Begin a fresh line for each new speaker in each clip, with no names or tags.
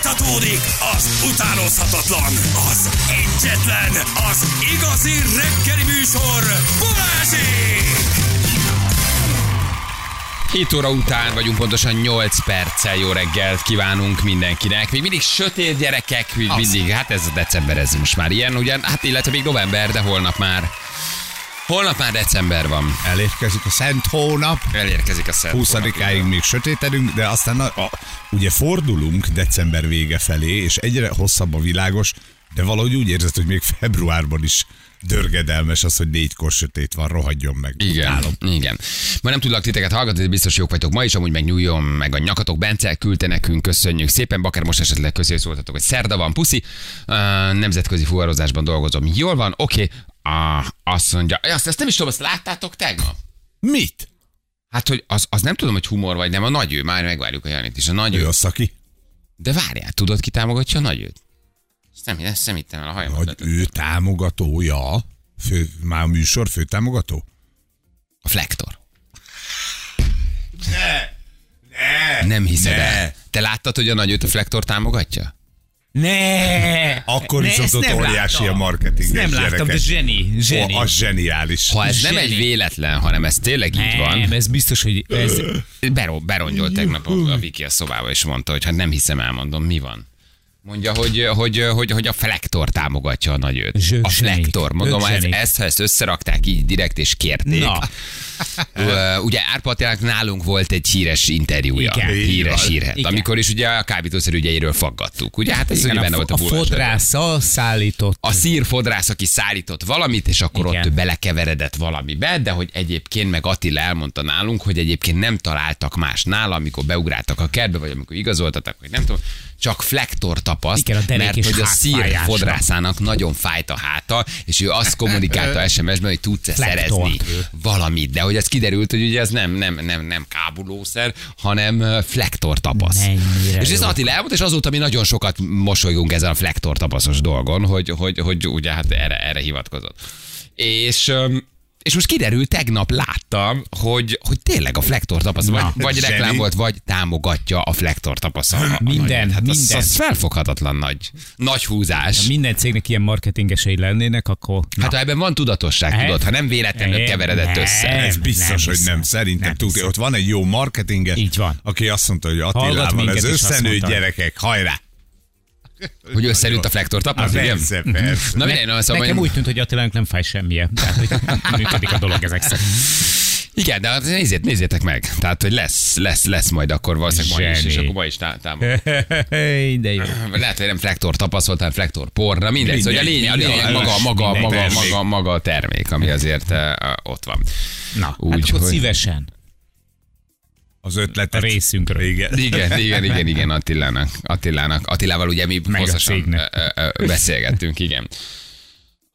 Folytatódik az utánozhatatlan, az egyetlen, az igazi reggeli műsor, Balázsék!
7 óra után vagyunk, pontosan 8 perccel jó reggelt kívánunk mindenkinek. Még mindig sötét gyerekek, még mindig, hát ez a december, ez most már ilyen, ugyan, hát illetve még november, de holnap már. Holnap már december van.
Elérkezik a Szent Hónap,
Elérkezik a szent hónap,
20-áig
igen.
még sötétedünk, de aztán a, a, ugye fordulunk december vége felé, és egyre hosszabb a világos, de valahogy úgy érzed, hogy még februárban is dörgedelmes az, hogy négykor sötét van, rohadjon meg.
Igen,
Utálom.
igen. Ma nem tudlak titeket hallgatni, de biztos jók vagytok ma is, amúgy meg nyúljon meg a nyakatok. Bence küldte nekünk, köszönjük szépen. Bakár most esetleg közé szóltatok, hogy szerda van, puszi. Uh, nemzetközi fuvarozásban dolgozom. Jól van, oké. Okay. Ah, azt mondja, Ja, azt, ezt nem is tudom, azt láttátok tegnap?
Mit?
Hát, hogy az, az nem tudom, hogy humor vagy nem, a nagy ő, már megvárjuk a Janit is, a nagy
Ő
ő.
a szaki?
De várjál, tudod, ki támogatja a nagy őt? Ezt Nem, ezt nem hittem el a hajamat.
Hogy ő támogatója? Fő, már a műsor fő támogató?
A flektor. Ne! Ne! Nem hiszed
Ne!
el. Te láttad, hogy a nagy őt a flektor támogatja?
Ne!
Akkor
Ne,
viszont
ezt
ott
nem
óriási
láttam.
a marketing.
Ezt nem láttam, de zseni, zseni.
az zseniális.
Ha ez nem egy
Zseni.
véletlen, hanem ez tényleg így
Nem,
van.
ez biztos, hogy ez...
Hát Bero, berongyolt tegnap a, a Viki a szobába, és mondta, hogy hát nem hiszem, elmondom, mi van. Mondja, hogy, hogy, hogy, hogy a flektor támogatja a nagy őt.
Zsög
A
zsenik.
flektor. Mondom,
Zsög
ez,
zsenik.
ezt, ha ezt összerakták így direkt és kérték.
Na,
Ö, ugye Árpa Attilának nálunk volt egy híres interjúja.
Igen.
Híres
Igen.
hírhet.
Igen.
Amikor is ugye a kábítószer ügyeiről faggattuk. Ugye hát ez ugye
igen,
benne
a,
volt
fo-
a
a
bulvár.
fodrásza szállított.
A szírfodrász, aki szállított valamit, és akkor Igen.
Igen.
ott belekeveredett valamibe, de hogy egyébként meg Attila elmondta nálunk, hogy egyébként nem találtak más nála, amikor beugráltak a kertbe, vagy amikor igazoltatak, hogy nem tudom, csak flektor tapaszt,
Igen, a derék
mert
és
hogy a
hátfájásra.
szírfodrászának nagyon fájt a háta, és ő azt kommunikálta SMS-ben, hogy tudsz-e
Flektort.
szerezni valamit, de hogy ez kiderült, hogy ugye ez nem, nem, nem, nem kábulószer, hanem ö, flektor tapasz.
Mennyire
és ez
jó.
Attila elmondta, és azóta mi nagyon sokat mosolygunk ezen a flektor tapaszos dolgon, hogy, hogy, hogy ugye hát erre, erre hivatkozott. És öm, és most kiderült, tegnap láttam, hogy, hogy tényleg a flektor tapasz, vagy, vagy
zseni.
reklám volt, vagy támogatja a flektor tapasz. a- a- a
Ah, Minden,
nagyot. hát
minden.
Az, az felfoghatatlan nagy, nagy húzás.
Ha minden cégnek ilyen marketingesei lennének, akkor...
Hát ha ebben van tudatosság,
Hát,
tudod, ha nem véletlenül
nem,
keveredett
nem.
össze.
Ez biztos,
Nem
hogy
hiszem.
nem. Szerintem
Nem
tudja.
hiszem.
Ott van egy jó marketinges,
Így van.
aki azt mondta, hogy
Hallgat
Attilával
minket,
ez
és azt
összenő
mondta.
gyerekek, hajrá!
Hogy összerült a flektor
Az
tapasz, igen?
persze, persze.
Na mindegy, na, szóval
Ah, Nekem
én-
úgy tűnt, hogy Attilának nem fáj semmije. Tehát, hogy működik a dolog ezek szerint.
Igen, de hát nézzét, nézzétek meg. Tehát, hogy lesz, lesz, lesz majd akkor valószínűleg ma is,
Zseni.
és akkor ma is tá- támogat.
De jó.
Lehet, hogy nem flektor tapasz volt, hanem flektor porra, mindegy. Szóval a lényeg, a lényeg
mindegy,
maga, maga,
mindegy,
maga,
termék.
maga, maga a termék, ami azért eh, ott van.
Na, Úgy, hát
Úgy,
akkor
hogy-
szívesen.
Az
A
ötletet.
részünkről.
Hát, Igen.
Igen, igen, igen, igen, Attilának. Attilának. Attilával ugye mi
a
hosszasan
cégnek.
ö, ö, ö, beszélgettünk, igen.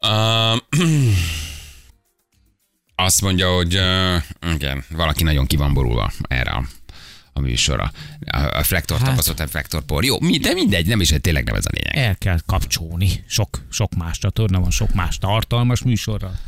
Um, azt mondja, hogy ö, igen, valaki nagyon ki van borulva erre a, a műsora. A, a flektor hát. tapasztott, nem flektor por. Jó, mi, de mindegy, nem is, tényleg nem ez a lényeg.
El kell kapcsolni. Sok, sok más csatorna van, sok más tartalmas műsorral.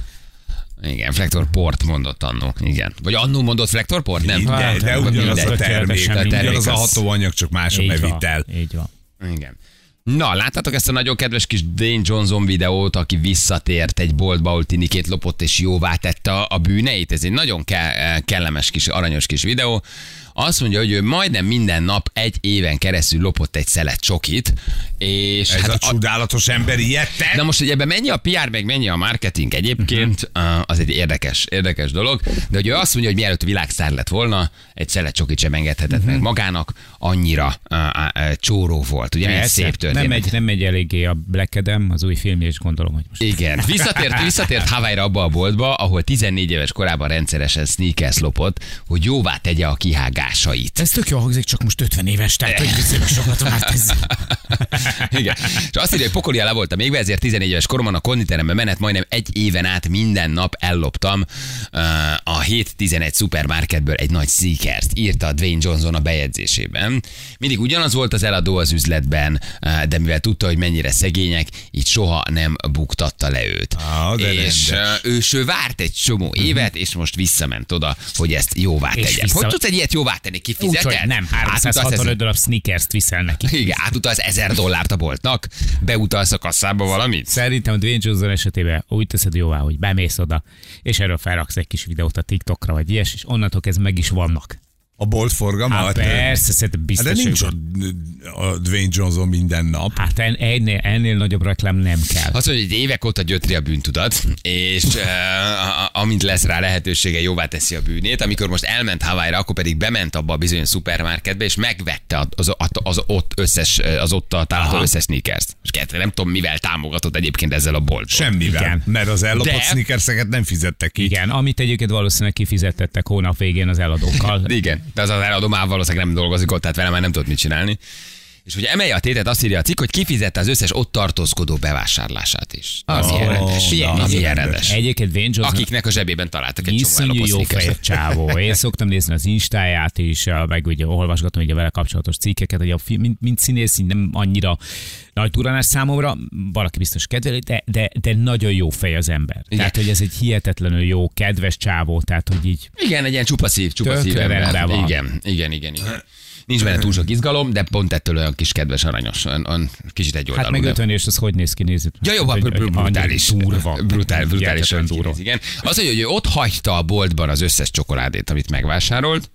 Igen, Flektor Port mondott annó. Igen. Vagy annó mondott Flektor Port? Nem.
De,
Hát,
de
nem,
ugyanaz
mindegy.
a termék,
Semmi.
ugyanaz
Termék
a
az-
hatóanyag, csak más a bevitel.
Így van.
Igen. Na, láttátok ezt a nagyon kedves kis Dane Johnson videót, aki visszatért egy boltba, ahol tinikét lopott és jóvá tette a- a bűneit? Ez egy nagyon ke- eh, kellemes kis, aranyos kis videó. Azt mondja, hogy ő majdnem minden nap egy éven keresztül lopott egy szelet csokit, és
Ez a
hát a-
csodálatos ember ilyet tett?
Na most, hogy ebben mennyi a PR, meg mennyi a marketing egyébként,
Mhm.
uh, az egy érdekes, érdekes dolog, de hogy ő azt mondja, hogy mielőtt világszár lett volna, egy szelet csokit sem engedhetett meg
Mhm.
magának, annyira uh, uh, csóró volt, ugye milyen
Persze.
szép történet.
Nem egy, nem egy eléggé a Black Adam, az új film, és gondolom, hogy most
Igen. Visszatért, visszatért Hawaii-ra abba a boltba, ahol 14 éves korában rendszeresen sneakers lopott, hogy jóvá tegye a kihágásait.
Ez tök jól hangzik, csak most 50 éves, tehát hogy viszonylag sokat már tesz.
Igen. És azt írja, hogy pokoliá le voltam égve, ezért 14 éves koromban a konditerembe menet majdnem egy éven át minden nap elloptam ö, a 7-11 szupermarketből egy nagy szíkert, írta Dwayne Johnson a bejegyzésében. Mindig ugyanaz volt az eladó az üzletben, ö, de mivel tudta, hogy mennyire szegények, így soha nem buktatta le őt.
Á, de
és ö,
rendes.
és ő várt egy csomó évet, és most visszament oda, hogy ezt jóvá
És
tegye.
vissza-
Hogy tudsz egy ilyet jóvá tenni? Hát Kifizeted?
Úgyhogy nem,
Átutalsz
365
ezer-
darab sneakers viszel neki.
igen, átutalsz ezer dollárt a boltnak, beutalsz a kasszába valamit.
Szerintem a Dwayne Johnson esetében úgy teszed jóvá, hogy bemész oda, és erről felraksz egy kis videót a TikTokra, vagy ilyes, és onnantól kezdve meg is vannak.
A bolt forgalma?
Hát persze, szerintem
Hát de
biztos.
nincs
hogy-
ott a Dwayne Johnson minden nap.
Hát en- ennél, ennél nagyobb reklám nem kell.
Azt mondja, hogy évek óta gyötri a bűntudat, és uh, a- a- amint lesz rá lehetősége, jóvá teszi a bűnét. Amikor most elment Hawaii-ra, akkor pedig bement abba a bizonyos szupermarketbe, és megvette az, az, az ott összes, az ott található összes sneakers-t. És kettő, nem tudom, mivel támogatott egyébként ezzel a boltot.
Semmivel.
Igen.
Mert az ellopott
De-
de... sneakerszeket nem fizettek ki.
Igen, amit egyébként valószínűleg kifizetettek hónap végén az eladókkal.
Igen, de az az eladó már valószínűleg nem dolgozik ott, tehát vele már nem tudott mit csinálni. És hogy emelje a tétet, azt írja a cikk, hogy kifizette az összes ott tartózkodó bevásárlását is. Az
Ó,
oh, ilyen rendes.
na,
Na,
az
az ilyen
rendes.
rendes.
Egyébként Dwayne Johnson
Akiknek a zsebében találtak egy csomó
Iszonyú
ellopott
jó
sneakers-et.
fejett csávó. Én szoktam nézni az instáját is, eh, meg ugye olvasgatom ugye vele kapcsolatos cikkeket, hogy a fi, mint, mint színész így nem annyira nagy duranás számomra, valaki biztos kedveli, de, de, de nagyon jó fej az ember. Igen. Tehát, hogy ez egy hihetetlenül jó, kedves csávó, tehát, hogy így
Igen, egy ilyen csupa szív, csupa
Tökre
szív
rendben
ember.
van.
Igen, igen, igen, igen. Nincs benne túl sok izgalom, de pont ettől olyan kis kedves, aranyos, olyan, olyan kicsit egy
Hát
oldalú.
meg 50 és az hogy néz ki, nézzük.
Ja, jó, hát
Hogy-
br- br-
hogy
brutális.
annyira Durva.
Brutál, brutálisan
Hihetetlen
durva. Igen. Az, hogy ő ott hagyta a boltban az összes csokoládét, amit megvásárolt,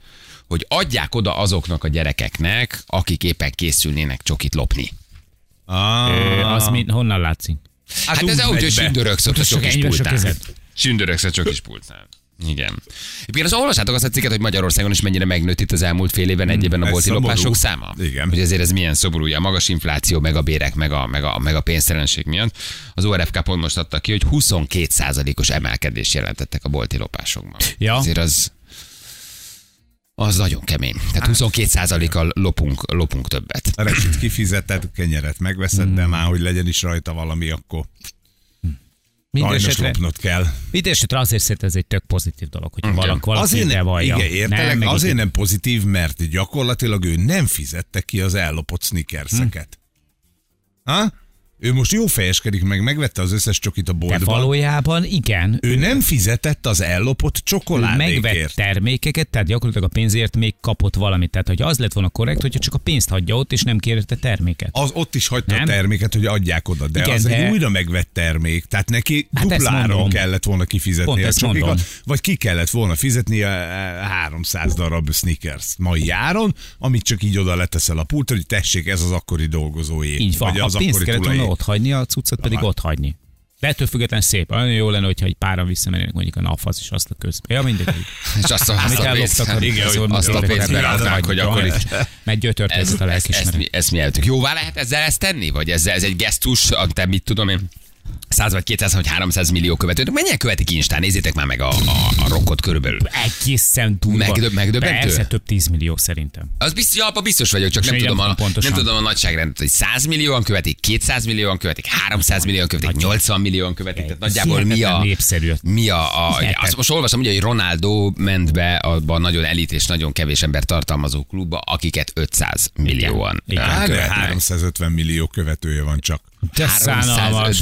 hogy adják oda azoknak a gyerekeknek, akik éppen készülnének csokit lopni.
Ö,
Ah,
Az mind, honnan látszik?
Hát, hát ez
úgy megy
úgy, hogy
be.
sündörögsz ott a
Tudod,
csokis
csak ennyire sok
pultnál.
kezed.
Sündörögsz a csokis pultnál. Igen. Egyébként az olvassátok azt a cikket, hogy Magyarországon is mennyire megnőtt itt az elmúlt fél évben egy évben a
ez
bolti
szomorú.
lopások száma.
Igen.
Hogy ezért ez milyen szomorú, ugye a magas infláció, meg a bérek, meg a, meg a, meg a pénztelenség miatt. Az ORFK pont most adta ki, hogy 22%-os emelkedést jelentettek a bolti lopásokban.
Ja.
Azért az az nagyon kemény. Tehát 22%-kal lopunk, lopunk többet.
A recsit kifizeted, kenyeret megveszed,
Hmm.
de már hogy legyen is rajta valami, akkor sajnos
Mindenesetre
lopnod kell.
mindenesetre azért szerintem ez egy tök pozitív dolog, hogy valaki, valaki
Azért nem,
bevallja.
igen, értelek,
meg
azért nem pozitív, mert gyakorlatilag ő nem fizette ki az ellopott sneakerszeket.
Hm.
Ha? Ő most jó fejeskedik meg, megvette az összes csokit a
De
boltban.
valójában igen,
Ő nem fizetett az ellopott
ő megvett
csokoládékért.
termékeket, tehát gyakorlatilag a pénzért még kapott valamit. Tehát, hogy az lett volna korrekt, hogyha csak a pénzt hagyja ott, és nem kérte terméket.
Az ott is hagyta
Nem?
a terméket, hogy adják oda, de
Igen,
Igen, az
de-
egy újra megvett termék, tehát neki
Hát ezt
dupláron
mondom.
kellett volna kifizetni
Pont
a
ezt mondom.
csokikat, vagy ki kellett volna fizetni a 300 darab sneakers mai áron, amit csak így oda leteszel a pultra, hogy tessék, ez az akkori dolgozói.
Így van,
vagy
a
az
pénzt
akkori
kellett
tulajé.
volna ott hagyni, a cuccot pedig ott hagyni. De ettől független szép. Nagyon jó lenne, hogyha egy páran visszamennének mondjuk a napfaz és azt a közben. Ja, mindegy.
És azt a, azt a pénzt,
elloptak,
igen,
az
hogy
ott-
azt a
ott-
pénzt
ott-
beraknák, hogy akkor itt
Mert gyötört
Ez,
ez a
ezt, ezt,
lelkismeret.
mi- ezt mi eltük. Jóvá lehet ezzel ezt tenni? Vagy ez, ez egy gesztus, a- te mit tudom én? 100 vagy 200 vagy 300 millió követőt. Mennyien követik Instán? Nézzétek már meg a, a, a rockot körülbelül.
Egészen durva.
Megdöb- megdöbbentő?
Persze több tízmillió szerintem.
Az biztos, abban biztos vagyok, csak
És
nem
én nem
tudom, a,
tudom pontosan.
nem tudom a nagyságrendet, hogy 100 millióan követik, 200 millióan követik, 300 millióan követik, 80 millióan követik. Tehát
Ez
nagyjából mi a...
hihetetlen népszerű.
Mi a, a
Hihetetlen.
azt most olvastam, ugye, hogy Ronaldo ment be abba a nagyon elit és nagyon kevés ember tartalmazó klubba, akiket 500 millióan
Igen.
eh,
Hát, de
követnek.
350 millió követője van csak.
De
350
szánalmas.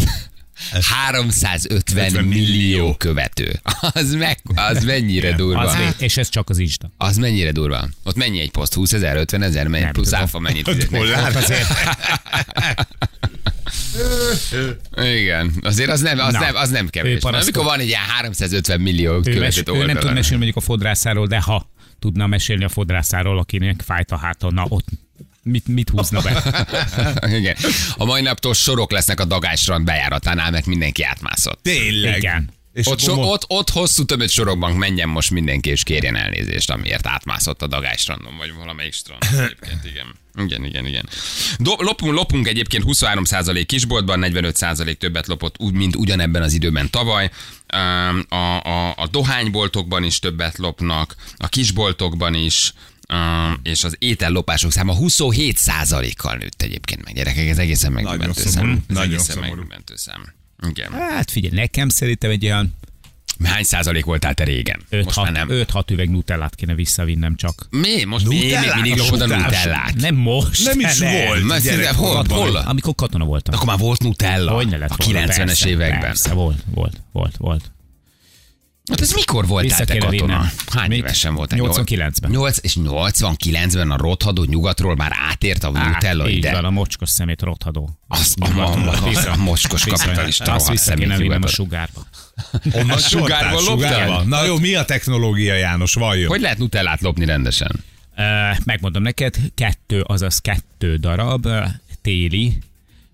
350 millió követő. Az, meg, az mennyire durva.
Az,
Az,
és ez csak az Insta.
mennyire durva. Ott mennyi egy poszt? 20 ezer, 50 ezer, mennyi,
Nem
plusz
tudom.
áfa mennyit fizetnek?
Dollár.
Azért
Igen, azért az nem, az
Na.
nem, az nem
Ő
kevés. Na,
parasztol.
Amikor van egy ilyen 350 millió
ő, mes-
követőt
ő nem tud
oldalon.
mesélni mondjuk a fodrászáról, de ha tudna mesélni a fodrászáról, akinek fájt a háta, na ott mit, mit húzna be?
Igen. A mai naptól sorok lesznek a dagásrand bejáratánál, mert mindenki átmászott.
Tényleg.
Igen.
És
Ott,
akkor
so,
mo-
ott, ott hosszú tömött sorokban menjen most mindenki, és kérjen elnézést, amiért átmászott a dagástrandon, vagy valamelyik strandon egyébként, igen. Igen, igen, igen. Do- lopunk, lopunk egyébként 23% kisboltban, 45% többet lopott, úgy, mint ugyanebben az időben tavaly. Öm, A, a, a dohányboltokban is többet lopnak, a kisboltokban is, Um, és az étellopások száma 27 kal nőtt egyébként meg gyerekek, ez egészen megdöbbentő
szomorú,
szám. Ez
nagyon
egészen
szomorú.
megdöbbentő szám. Igen.
Hát figyelj, nekem szerintem egy olyan
Hány százalék voltál te régen? Most már nem.
5-6 üveg nutellát kéne visszavinnem csak.
Mi? Most mi? Még
Nutellát
mindig lopod a
szoktál?
nutellát.
Nem most.
Nem is
ne.
volt.
Na,
gyerek,
szinte- Hol?
korban.
Hol?
Amikor katona voltam.
Akkor már volt Nutella.
Hogy ne lett
a
volna,
90-es
persze,
években.
Persze, volt, volt, volt, volt.
Hát ez mikor voltál
Vissza
te
kéne
katona?
vinnem.
Hány
Mit?
évesen voltál?
89-ben.
8 és 89-ben a rothadó nyugatról már átért a Nutella
Á, így
ide.
van, a mocskos szemét rothadó.
Azt a, a, a, a mocskos kapitalista
Azt
rohadt
vissza
szemét
kéne vinnem a
nyugaton.
sugárba.
Onnan
Sugárban
sortál,
loptál?
sugárban. Na jó, mi a technológia, János? Valljon.
Hogy lehet nutellát lopni rendesen?
Ö, Megmondom neked, kettő, azaz kettő darab ö, téli,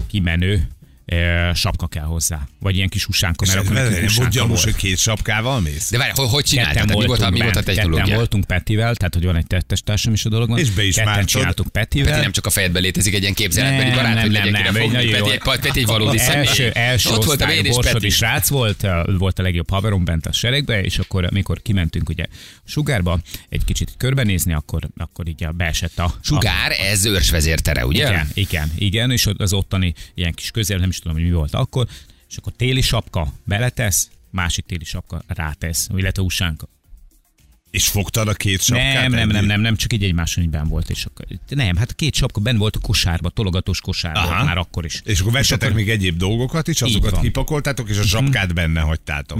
kimenő ö, sapka kell hozzá. Vagy ilyen kis usánka, mert
És
akkor nekünk
vele nem volt
usánka
gyanús,
volt.
hogy két sapkával mész?
De várj, hogy, hogy csináltad?
Ketten
Tehát Mi volt, a-
voltunk,
mi volt a
bent, ketten
technológia?
voltunk Petivel, tehát hogy van egy tettestársam is a dologban.
És be is
ketten
mártod.
csináltunk Petivel.
Peti nem csak a fejedben létezik egy ilyen képzeletbeli
Nem,
barát,
nem,
hogy
nem,
legyen kire
nem,
fogni.
egy
Peti,
nagyon
egy,
jó-
Peti egy valódi személy.
első, első
Ott volt a
osztályú
én és
borsodi
Peti.
srác volt, ö, volt a legjobb haverom bent a seregbe, és akkor amikor kimentünk ugye a sugárba egy kicsit körbenézni, akkor, akkor így a- beesett a... a
Sugár, ez őrsvezértere, ugye?
Ah. igen, igen, igen, és ott az ottani ilyen kis közél, nem is tudom, hogy mi volt akkor, és akkor téli sapka beletesz, másik téli sapka rátesz, illetve usánka.
És fogtad a két sapkát?
Nem, nem,
Ennyi?
nem, nem, nem, csak így egymáson így benn volt. És akkor, nem, hát a két sapka benn volt a kosárba, tologatós kosárba,
Aha.
Aha. már akkor is.
És akkor vettetek
akkor-
még egyéb dolgokat is, azokat
van. Mhm.
kipakoltátok, és a sapkát benne hagytátok.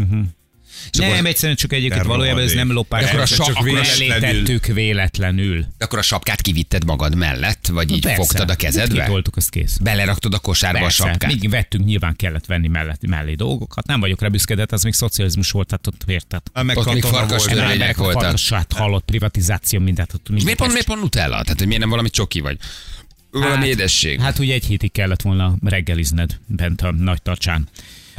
És
nem,
akkor,
egyszerűen csak egyébként
Te
valójában ez
rohadék.
nem lopás.
De akkor a
csak
sa- akkor a-
elétettük véletlenül.
de akkor a sapkát kivitted magad mellett, vagy így
Persze.
fogtad a kezedbe?
Kitoltuk, azt kész.
Beleraktad a kosárba a
Persze,
sapkát.
még vettünk, nyilván kellett venni mellett, mellé dolgokat. Nem vagyok rá büszke, de hát az még szocializmus volt, tehát ott érted.
Hát meg
Ott még
katona
farkas
volt.
lövegek
emberek a
voltak.
farkasát hallott, privatizáció, mindent. ott
És
mindent
miért pont,
ezt-
miért pont Nutella? Tehát, hogy miért nem valami csoki vagy? Valami édesség.
Hát ugye egy hétig kellett volna reggelizned bent a nagy tartsán.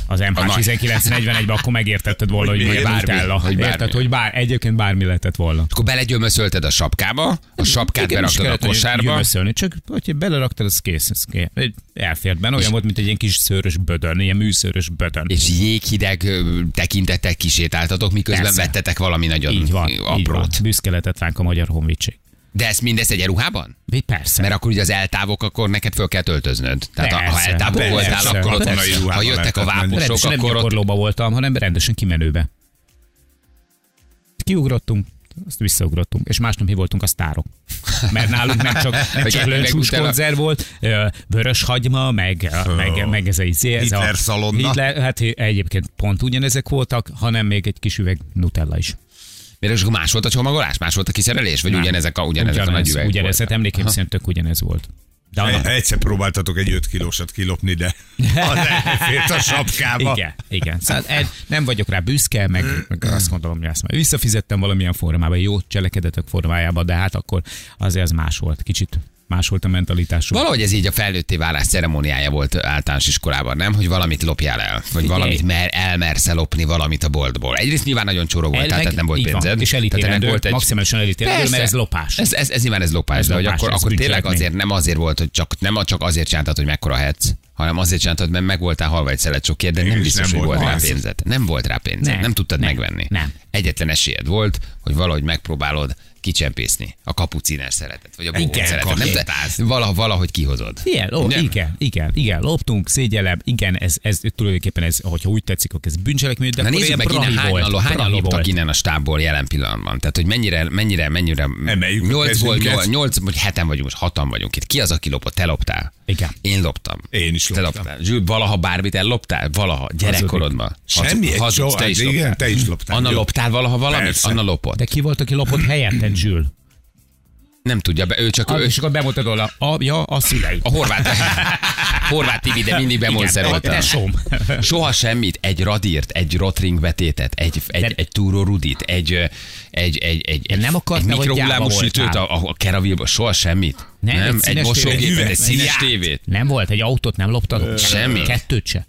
Az MH1941-ben akkor megértetted volna, hogy,
mi-
hogy miért
bármi,
Nutella.
hogy bármi.
Érted, hogy bár, egyébként bármi lehetett volna.
Akkor belegyömöszölted a sapkába, a sapkát
Igen, is
beraktad a
kellett, hogy
kosárba,
gyömöszölni, csak hogyha beleraktad, az kész. Ez kész. Egy- Elfért benne, olyan volt, mint egy ilyen kis szőrös bödön, ilyen műszőrös bödön.
és jéghideg ö, tekintettel kisétáltatok, miközben
Persze.
vettetek valami nagyon
Így van, így van.
aprót.
Büszke lehetett ránk a magyar honvédség.
De ezt mindezt egyenruhában?
Mi Persze.
Mert akkor ugye az eltávok, akkor neked föl kell töltöznöd. Tehát ha- ha
Persze.
eltávok
Persze.
voltál, akkor ott,
Katonai ruhában
ha jöttek a
lehetett menni.
vápusok,
rendesen nem
akkor ott
gyakorlóba voltam, hanem rendesen kimenőbe. Kiugrottunk, azt visszaugrottunk, és másnap mi voltunk a sztárok. Mert nálunk nem csak, nem csak
Igen,
löncsús
meg utána-
konzerv volt, ö, vörös hagyma, meg, meg, meg ez, a, izé, ez a...
Hitler szalonna.
Hitler, hát egyébként pont ugyanezek voltak, hanem még egy kis üveg nutella is.
Mert és akkor más volt a csomagolás, más volt a kiszerelés, vagy
Nem.
ugyanezek a, ugyanezek a nagy üvegek
Ugyanez, hát
voltak?
emlékeim szerint tök ugyanez volt. De annak,
E, Egyszer próbáltatok egy 5 kilósat kilopni, de az elfért a sapkába.
Igen, igen. Szóval egy, nem vagyok rá büszke, meg, meg azt gondolom, hogy ezt már visszafizettem valamilyen formában, jó cselekedetek formájában, de hát akkor azért az más volt, kicsit más volt a mentalitásunk.
Valahogy ez így a felnőtté válás ceremóniája volt általános iskolában, nem? Hogy valamit lopjál el, vagy valamit mer, elmersz lopni valamit a boltból. Egyrészt nyilván nagyon csóró volt,
Elvileg
tehát nem volt
így van,
pénzed.
és
Tehát ennek
elítélendő, maximálisan elítélendő,
Persze.
mert ez lopás.
Ez, ez, ez nyilván ez lopás,
Ez
de hogy
lopás,
akkor,
ez
akkor tényleg
bűncselekmény.
azért nem azért volt, hogy csak, nem csak azért csináltad, hogy mekkora hetsz, hanem azért csináltad, mert meg voltál halva egy szelet sokért, de nem
Mégis
biztos,
nem
hogy
volt
volt rá
pénz.
pénzed. Nem volt rá pénzed,
Nem,
nem tudtad
nem,
megvenni.
nem.
Egyetlen esélyed volt, hogy valahogy megpróbálod kicsempészni a kapuciner szeretet, vagy a bogor
Igen,
szeretet. Nem, de valahogy, valahogy kihozod.
Igen, ó,
Nem.
igen, igen, igen, loptunk, szégyellem, igen, ez, ez tulajdonképpen ez, hogyha úgy tetszik, akkor ez bűncselekmény, de
Na
akkor
nézzük
ilyen
meg innen,
prahi
hányan,
volt.
volt, hányan
prahi
loptak
volt.
innen a stábból jelen pillanatban. Tehát, hogy mennyire, mennyire, mennyire...
Emeljük a
8 volt,
kezünket.
8, 8, vagy 7 vagyunk, most 6 vagyunk itt. Ki az, aki lopott? Te loptál.
Igen.
Én loptam.
Én is
Te
loptam.
loptál. Zsül, valaha bármit elloptál? Valaha, gyerekkorodban.
Semmi,
Hazudsz,
egy
hazudsz,
csó-
te is
igen,
loptál.
te is loptál.
Anna
Jó.
loptál valaha valamit?
Persze.
Anna lopott.
De ki volt, aki lopott helyetted, Zsül?
Nem tudja, be, ő csak...
Ah,
Ő,
És akkor bemutatod a, a, ja, a szüleid.
a horvát... horvát Tibi, de mindig
Igen, a
bemonszerolta.
tesóm.
Soha semmit, egy radírt, egy rotring betétet, egy, egy, egy túró rudit, egy, ö, egy, egy, egy, egy,
nem akartál,
egy
vagy
mikrohullámos
gyáva
sütőt
voltál?
a, a, a keravilba, soha semmit.
Nem, egy
egy,
színes
mosógépet,
tévét.
egy színes
Ját.
tévét.
Nem volt, egy autót nem loptad?
Semmi.
Kettőt se.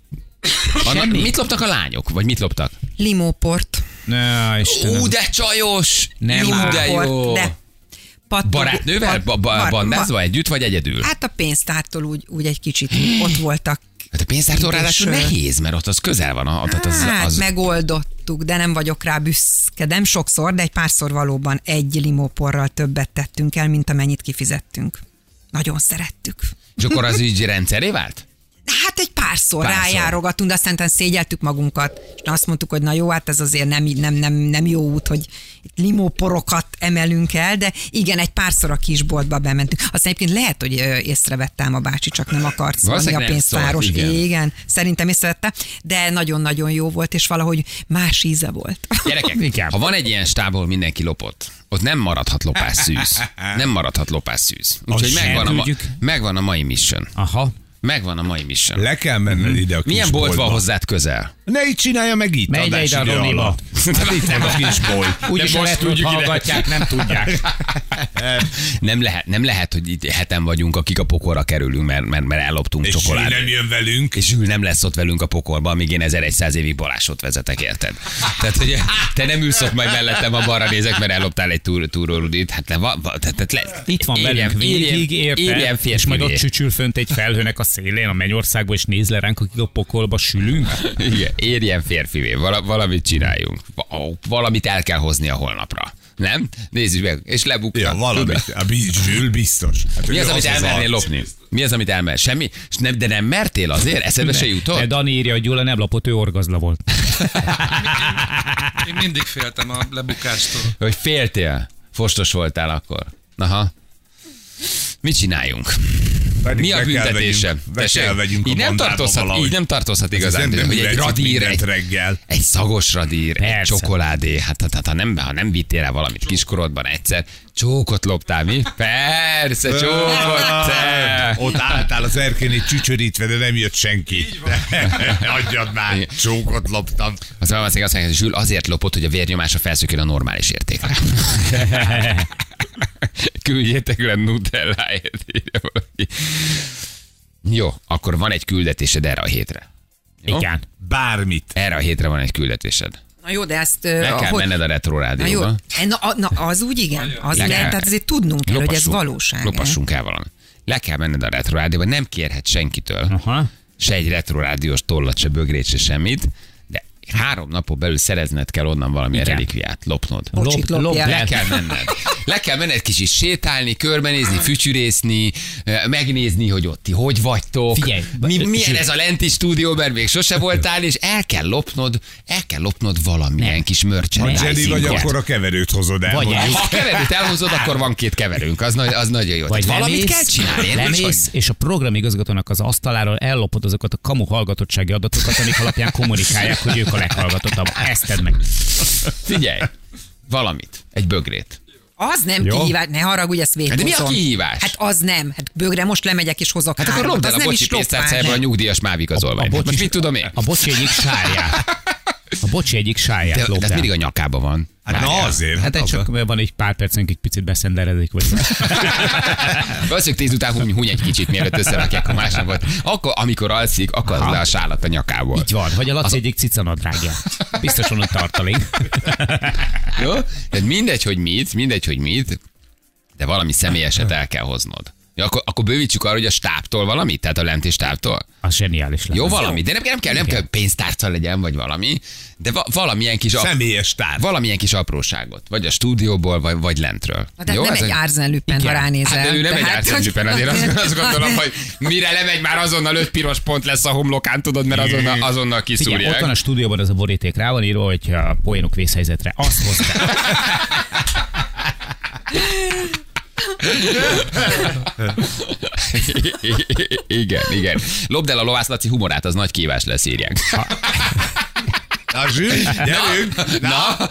Annak, mit loptak a lányok? Vagy mit loptak?
Limóport.
Na, Istenem.
Ú, de csajos!
Nem
Ú,
áll.
de jó!
De. Pattog, Hát
Barátnővel? Ba, ba,
bar-
bandázva együtt, vagy egyedül?
Hát a pénztártól úgy, úgy egy kicsit ott voltak
Hát a pénztártól
Idős,
ráadásul
ö,
nehéz, mert ott az közel van. a- ott az,
Hát,
az,
megoldottuk, de nem vagyok rá büszke. Nem sokszor, de egy párszor valóban egy limóporral többet tettünk el, mint amennyit kifizettünk. Nagyon szerettük.
és akkor az így rendszeré vált?
Hát egy
Párszor.
párszor, párszor. rájárogatunk, de aztán utána szégyeltük magunkat, és azt mondtuk, hogy na jó, hát ez azért nem, így- nem, nem, nem jó út, hogy itt limóporokat emelünk el, de igen, egy párszor a kisboltba bementünk. Aztán egyébként lehet, hogy ö, észrevettem a bácsi, csak nem akart szólni a
Valószínűleg nem
pénztáros.
szólt, igen.
igen, szerintem észrevette, de nagyon-nagyon jó volt, és valahogy más íze volt.
Gyerekek,
Inkább.
ha van egy ilyen stábol, mindenki lopott. Ott nem maradhat lopás szűz. Nem maradhat lopás szűz. Úgyhogy
se
megvan a, ma,
küldjük.
megvan a mai mission.
Aha.
Megvan a mai mission.
Le kell menned ide a kis
Mhm. Milyen bolt van
boltba.
hozzád közel?
Ne így csinálja meg itt.
Menj
adás
ide a
idő
Roniba.
alatt. Hát itt van a kis bolt.
Úgyis
most
most Hát tudjuk
tudjuk ide.
hallgatják, nem tudják.
Nem lehet, nem lehet, hogy itt heten vagyunk, akik a pokorra kerülünk, mert, mert, mert elloptunk
És ő
csokoládét.
nem jön velünk.
és ül nem lesz ott velünk a pokorba, amíg én 1100 évig Balázsot vezetek, érted? Tehát, hogy te nem ülsz ott majd mellettem, a balra nézek, mert elloptál egy túr, túrórudit. Hát le, va, va, tehát, tehát le,
Itt van
éljen-
velünk végig,
éljen-
érted?
Éljen
És
férfi.
majd ott csücsül fönt egy felhőnek a szélén a Mennyországba, és néz le ránk, akik a pokolba sülünk.
Igen, érjen férfivé, vala, valamit csináljunk. Va- Valamit el kell hozni a holnapra. Nem? Nézzük meg, és lebukta.
Ja, valamit. A zsül biztos. Hát
Mi
ő
az, amit
az
elmernél
arc.
lopni? Mi az, amit elmer? Semmi? És nem, de nem mertél azért? Eszedbe se
De
jutott?
Dani írja, hogy Gyula nem lapot, ő orgazla volt.
Én mindig féltem a lebukástól.
Hogy féltél? Fostos voltál akkor. Aha. Mit csináljunk?
Pedig
Mi a
be kell
büntetése?
vegyünk- Be
Tessék,
kell vegyünk
így,
a
nem
bandába
tartozhat,
valahogy.
így nem tartozhat
Ez
igazán,
nem
hogy egy
művelhetsz
radír,
mindent
egy,
reggel.
egy szagos radír, egy
Persze.
csokoládé. Hát, hát, hát ha, nem, ha nem vittél el valamit kiskorodban egyszer, csókot loptál, mi? Persze, csókot, te!
Ott álltál az erkén egy csücsörítve, de nem jött senki. Adjad már, csókot loptam.
Az valószínűleg azt mondják, hogy Zsül azért lopott, hogy a vérnyomása felszökjön a normális értékre. Küldjétek le nutelláért. írja valaki. Jó, akkor van egy küldetésed erre a hétre. Jó?
Igen.
Bármit.
Erre a hétre van egy küldetésed.
Na jó, de ezt...
Meg kell menned a retro
Na jó, E,
rádióba.
na, a- na, az úgy igen, az
Le
igen,
kell-
tehát azért tudnunk kell, hogy ez
Lopassunk-
valóság.
Lopassunk el valamit. Le kell menned a retro rádióba, nem kérhet senkitől,
Aha.
se egy retro rádiós tollat, se bögrét, se semmit, de három napon belül szerezned kell onnan valamilyen
Igen.
relikviát, lopnod.
Bocsit
Lop-
lopjál.
lopjál.
Le kell menned. Le kell menned kicsit sétálni, körbenézni, fütyűrészni, eh, megnézni, hogy ott ti hogy vagytok.
Figyelj,
Mi,
b-
milyen
Zsül.
ez a lenti stúdió, mert még sose voltál, és el kell lopnod, el kell lopnod valamilyen
Nem.
kis
Ha
merchandising
Jenny vagy, akkor a keverőt hozod el.
Vagy
mondjuk.
el.
ha a keverőt elhozod, akkor van két keverőnk, az, nagy, az nagyon jó.
Vagy
Tehát valamit
lemész,
kell csinálni. érted?
Lemész, és a programigazgatónak az asztaláról ellopod azokat a kamu hallgatottsági adatokat, amik alapján kommunikálják, hogy ők a leghallgatottabb. Ezt tedd meg.
Figyelj, valamit, egy bögrét.
Az nem
Jó.
jó. kihívás, ne haragudj, ezt
Hát
vétózom.
de mi a kihívás?
Hát az nem. Hát bögre most lemegyek és hozok
Hát akkor
hármat.
lopd
az
el a
nem
bocsi
is lopás.
pénztárcájából a nyugdíjas
A
mávigazolányt.
bocsi-
Most mit tudom én?
A bocsi egyik sáját. A bocsi egyik sáját
De,
lopd
de ez
el.
mindig a nyakába van.
Hát na
Várjál.
azért.
Hát egy csak van egy pár percünk, egy picit beszenderedik vagy.
Valószínűleg tíz után huny, huny egy kicsit, mielőtt összerakják a másnapot. Akkor, amikor alszik, akad le a sálat a nyakából.
Így van, vagy a Laci egyik cicanadrágját. Biztos van ott tartalék.
Jó? Tehát mindegy, hogy mit, mindegy, hogy mit, de valami személyeset el kell hoznod. Ja, akkor, akkor bővítsük arra, hogy a stábtól valamit, tehát a lenti stábtól.
Az zseniális lenne.
Jó, valami, de nem, nem kell, nem kell hogy pénztárca legyen, vagy valami, de va- valamilyen kis, ap-
Személyes tár.
valamilyen kis apróságot, vagy a stúdióból, vagy, vagy lentről.
Na, Tehát Hát nem
Ez
egy Arzen Lüppen, ha
Igen.
ránézel.
Hát de ő nem egy
Tehát,
Arsene Lupin, azért azt, azt gondolom, hogy mire lemegy, már azonnal öt piros pont lesz a homlokán, tudod, mert azonnal, azonnal
Figyelj, ott van
kiszúrják.
a stúdióban az a boríték, rá van írva, hogy a poénok vészhelyzetre. Azt hozta.
igen, igen. Lopd el a lovász Laci humorát, az nagy kívás lesz, írják.
Na, zsűr, gyerünk!
Na,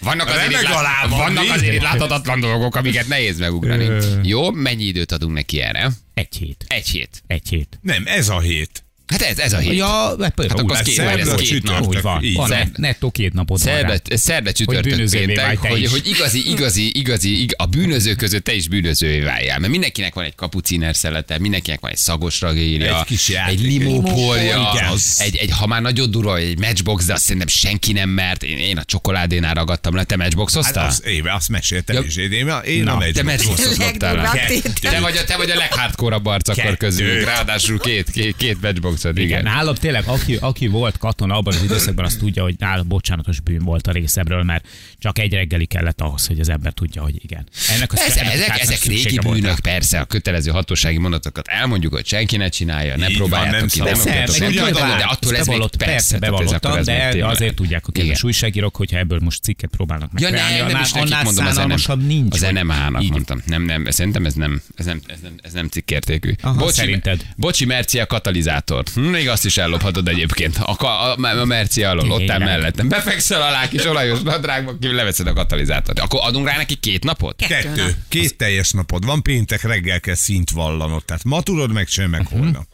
vannak azért,
Remeg
itt
a
lát,
lábam,
vannak
mi?
azért itt láthatatlan dolgok, amiket nehéz megugrani. Jó, mennyi időt adunk neki erre?
Egy hét.
Egy hét.
Egy hét.
Nem, ez a hét.
Hát ez, ez a hét.
Ja, hát
Hát akkor az két,
szerda,
vagy ez két
csütörtök.
nap.
Úgy van.
Így
van
van.
net- nettó két napod van rá.
Szerda, szerda csütörtök
bűnözővé
péntek,
válj te
hogy,
is.
hogy igazi, igazi, igazi, ig, a bűnözők között te is bűnözővé váljál. Mert mindenkinek van egy kapuciner szelete, mindenkinek van egy szagos ragélja,
Egy kis játék,
egy limópolja,
Igen.
egy, egy, ha már nagyon durva, egy matchbox, de azt szerintem senki nem mert. Én, én a csokoládénál ragadtam le, te
Hát
matchboxoztál?
az, éve, azt meséltem
Ja.
is. Én, én, én
Na,
a
te matchboxot
Legdurvább
loptál.
tétel.
Te vagy, a, te vagy a leghardcore arc akkor
Kettőt.
közülünk, ráadásul két, két, két matchbox fogszad, igen. igen.
Nálam tényleg, aki, aki volt katona abban az időszakban, az tudja, hogy nálam bocsánatos bűn volt a részemről, mert csak egy reggeli kellett ahhoz, hogy az ember tudja, hogy igen. Ennek a
Ezek,
ennek a
ezek,
kártyának
ezek
szüksége
régi
volt rá.
bűnök, persze, a kötelező hatósági mondatokat elmondjuk, hogy senki ne csinálja, ne
Így van,
próbáljátok
nem
ki,
szabad.
nem
Persze,
fogjátok
meg
meg
nyilván,
próbálni, de attól
ezt
ez még
bevallott-
persze, tehát ez
bevallottam,
akkor ez még
de
tényleg.
azért tudják a
Igen.
kedves újságírók, hogyha ebből most cikket próbálnak
Ja, nem,
megkreálni,
nem,
annál,
is nekik
annál
mondom, az nem,
szánalmasabb nincs.
az
hogy-
NMH-nak
Így van.
mondtam. Nem, nem, szerintem ez nem, ez nem, ez nem, ez nem cikkértékű.
Aha, szerinted.
Bocsi, Mercia katalizátor. Hm, Még azt is ellophatod egyébként. A, ka- a, a Mercia alól, ott áll
Tényleg.
mellettem. Befekszel alá kis olajos nadrágba, ki leveszed a katalizátort. Akkor adunk rá neki két napot?
nap.
Kettő. Két teljes napod van, péntek reggel kell szint vallanod. Tehát ma tudod megcsinálni, meg
Mhm.
holnap.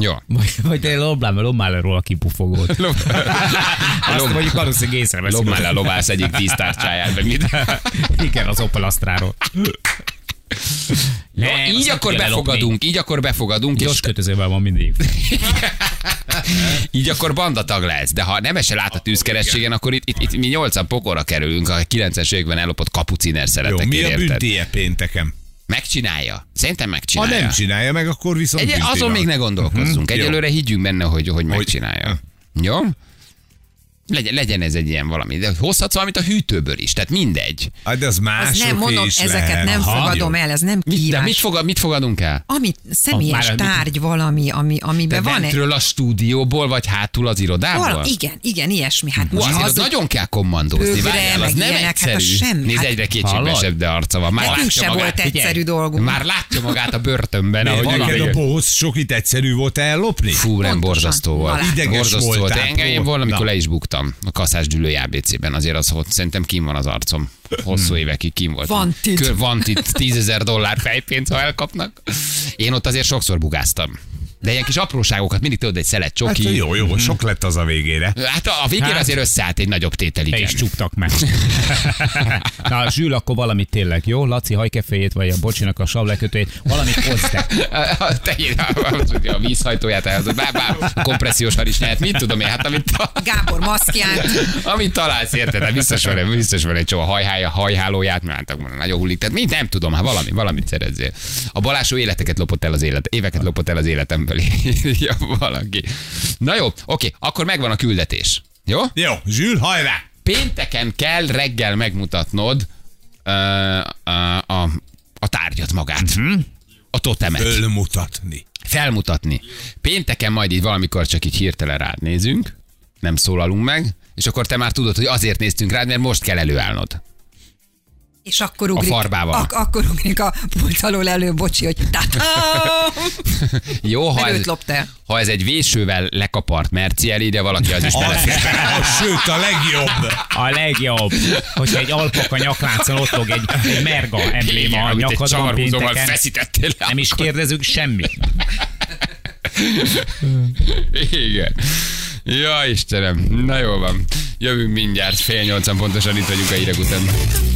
Jó.
Vagy, vagy te lobnál, mert lobnál le róla kipufogót. Azt
Lob-
mondjuk valószínűleg észreveszik.
Lobd már le a lovász egyik víztárcsáját, meg mit.
Igen, az Opel Astráról.
Na,
Nem, azt
így
nem
akkor
kéne lopni.
befogadunk, így akkor befogadunk, és
Gyors kötözővel van mindig.
Így akkor bandatag lesz, de ha nem esel át a tűzkerességen, akkor itt, itt, itt mi 8 pokorra kerülünk, a 90-es években ellopott
Jó,
kapuciner
mi
szeretekért,
a
érted?
büntéje pénteken?
Megcsinálja. Szerintem
Ha
megcsinálja.
nem csinálja meg, akkor viszont
Egy,
bünti
azon
van.
még ne gondolkozzunk.
Mhm, jó.
Egyelőre higgyünk benne, hogy, hogy megcsinálja.
Hogy- Hm.
Jó? Legyen, legyen ez egy ilyen valami. De hozhatsz valamit a hűtőből is, tehát mindegy.
Hát de az más.
Az nem, mondom,
is
ezeket
lehet.
nem
Aha,
fogadom
jó.
el, ez nem
Mit, de mit,
kívás.
fogad, mit fogadunk el?
Ami
már
személyes
amit-
tárgy valami, ami,
De
amiben van egy...
bentről a stúdióból, vagy hátul az irodából?
Valami, igen, igen, ilyesmi. Hát
Hú,
most
azért
az,
az
hogy
nagyon kell kommandozni,
bőgre,
várjál, az
meg
nem
ilyenek, hát az
egyszerű.
semmi.
Nézd,
Hát-
egyre
Hallod?
kétségbesebb, de arca van. Már
nekünk
látja
se
magát.
volt
Figyelj,
egyszerű dolgunk.
Már látja magát a börtönben,
Miért
ahogy
van neked a
ül.
bohóc sok itt egyszerű volt ellopni?
Fú, nem
Pontosan.
borzasztó volt.
Halál.
Ideges
borzasztó volt.
voltál,
Engem én
Pól.
valamikor
Na.
le is buktam a kaszás gyűlői ABC-ben. Azért az ott szerintem kim van az arcom. Hosszú évekig kim volt.
Van tit.
Van itt 10 ezer dollár fejpénz, ha elkapnak. Én ott azért sokszor bugáztam. De ilyen kis apróságokat mindig tudod, egy szelet
Hát
csoki.
jó, jó, sok lett az a végére.
Hát a, a végén
Hát.
azért összeállt egy nagyobb tétel,
Te
igen.
is csuktak meg. Na, Zsül, akkor valamit tényleg, jó? Laci hajkefejét, vagy a bocsinak a savlekötőjét, valamit hozz te.
A- Te azt mondja, a vízhajtóját elhozott, bár, bár a kompressziósan is lehet, mit tudom én, hát amit, ta-
Gábor maszkját,
amit találsz, érted? Hát biztos van, biztos van egy csomó hajhája, hajhálóját, mert hát nagyon hullik, tehát mit nem tudom, hát valami, valamit szerezzél. A balásó életeket lopott el az élet, éveket lopott el az életemből, ja, valaki. Na jó, oké, akkor megvan a küldetés. Jó?
Jó, Zsül, hajrá!
Pénteken kell reggel megmutatnod ö, a, a, a tárgyat magát. Hm? A totemet
Fölmutatni.
felmutatni. Pénteken majd így valamikor csak így hirtelen rád nézünk, nem szólalunk meg, és akkor te már tudod, hogy azért néztünk rád, mert most kell előállnod.
és akkor ugrik,
farbával.
Ak- akkor ugrik a pult alól elő, bocsi, hogy tátám!
Jó, ha
Mert
ez,
őt lopta el.
ha ez egy vésővel lekapart merci elé, de valaki az is
Az,
belefér.
sőt, a legjobb.
A legjobb, hogyha egy alpaka nyakláncon ott lóg egy, egy merga embléma a
amit egy
nyakadon
csavarhúzóval
pénteken.
feszítettél le.
Nem is kérdezünk semmit.
Igen. Ja, Istenem. Na jó van. Jövünk mindjárt. Fél nyolcan pontosan itt vagyunk a hírek után.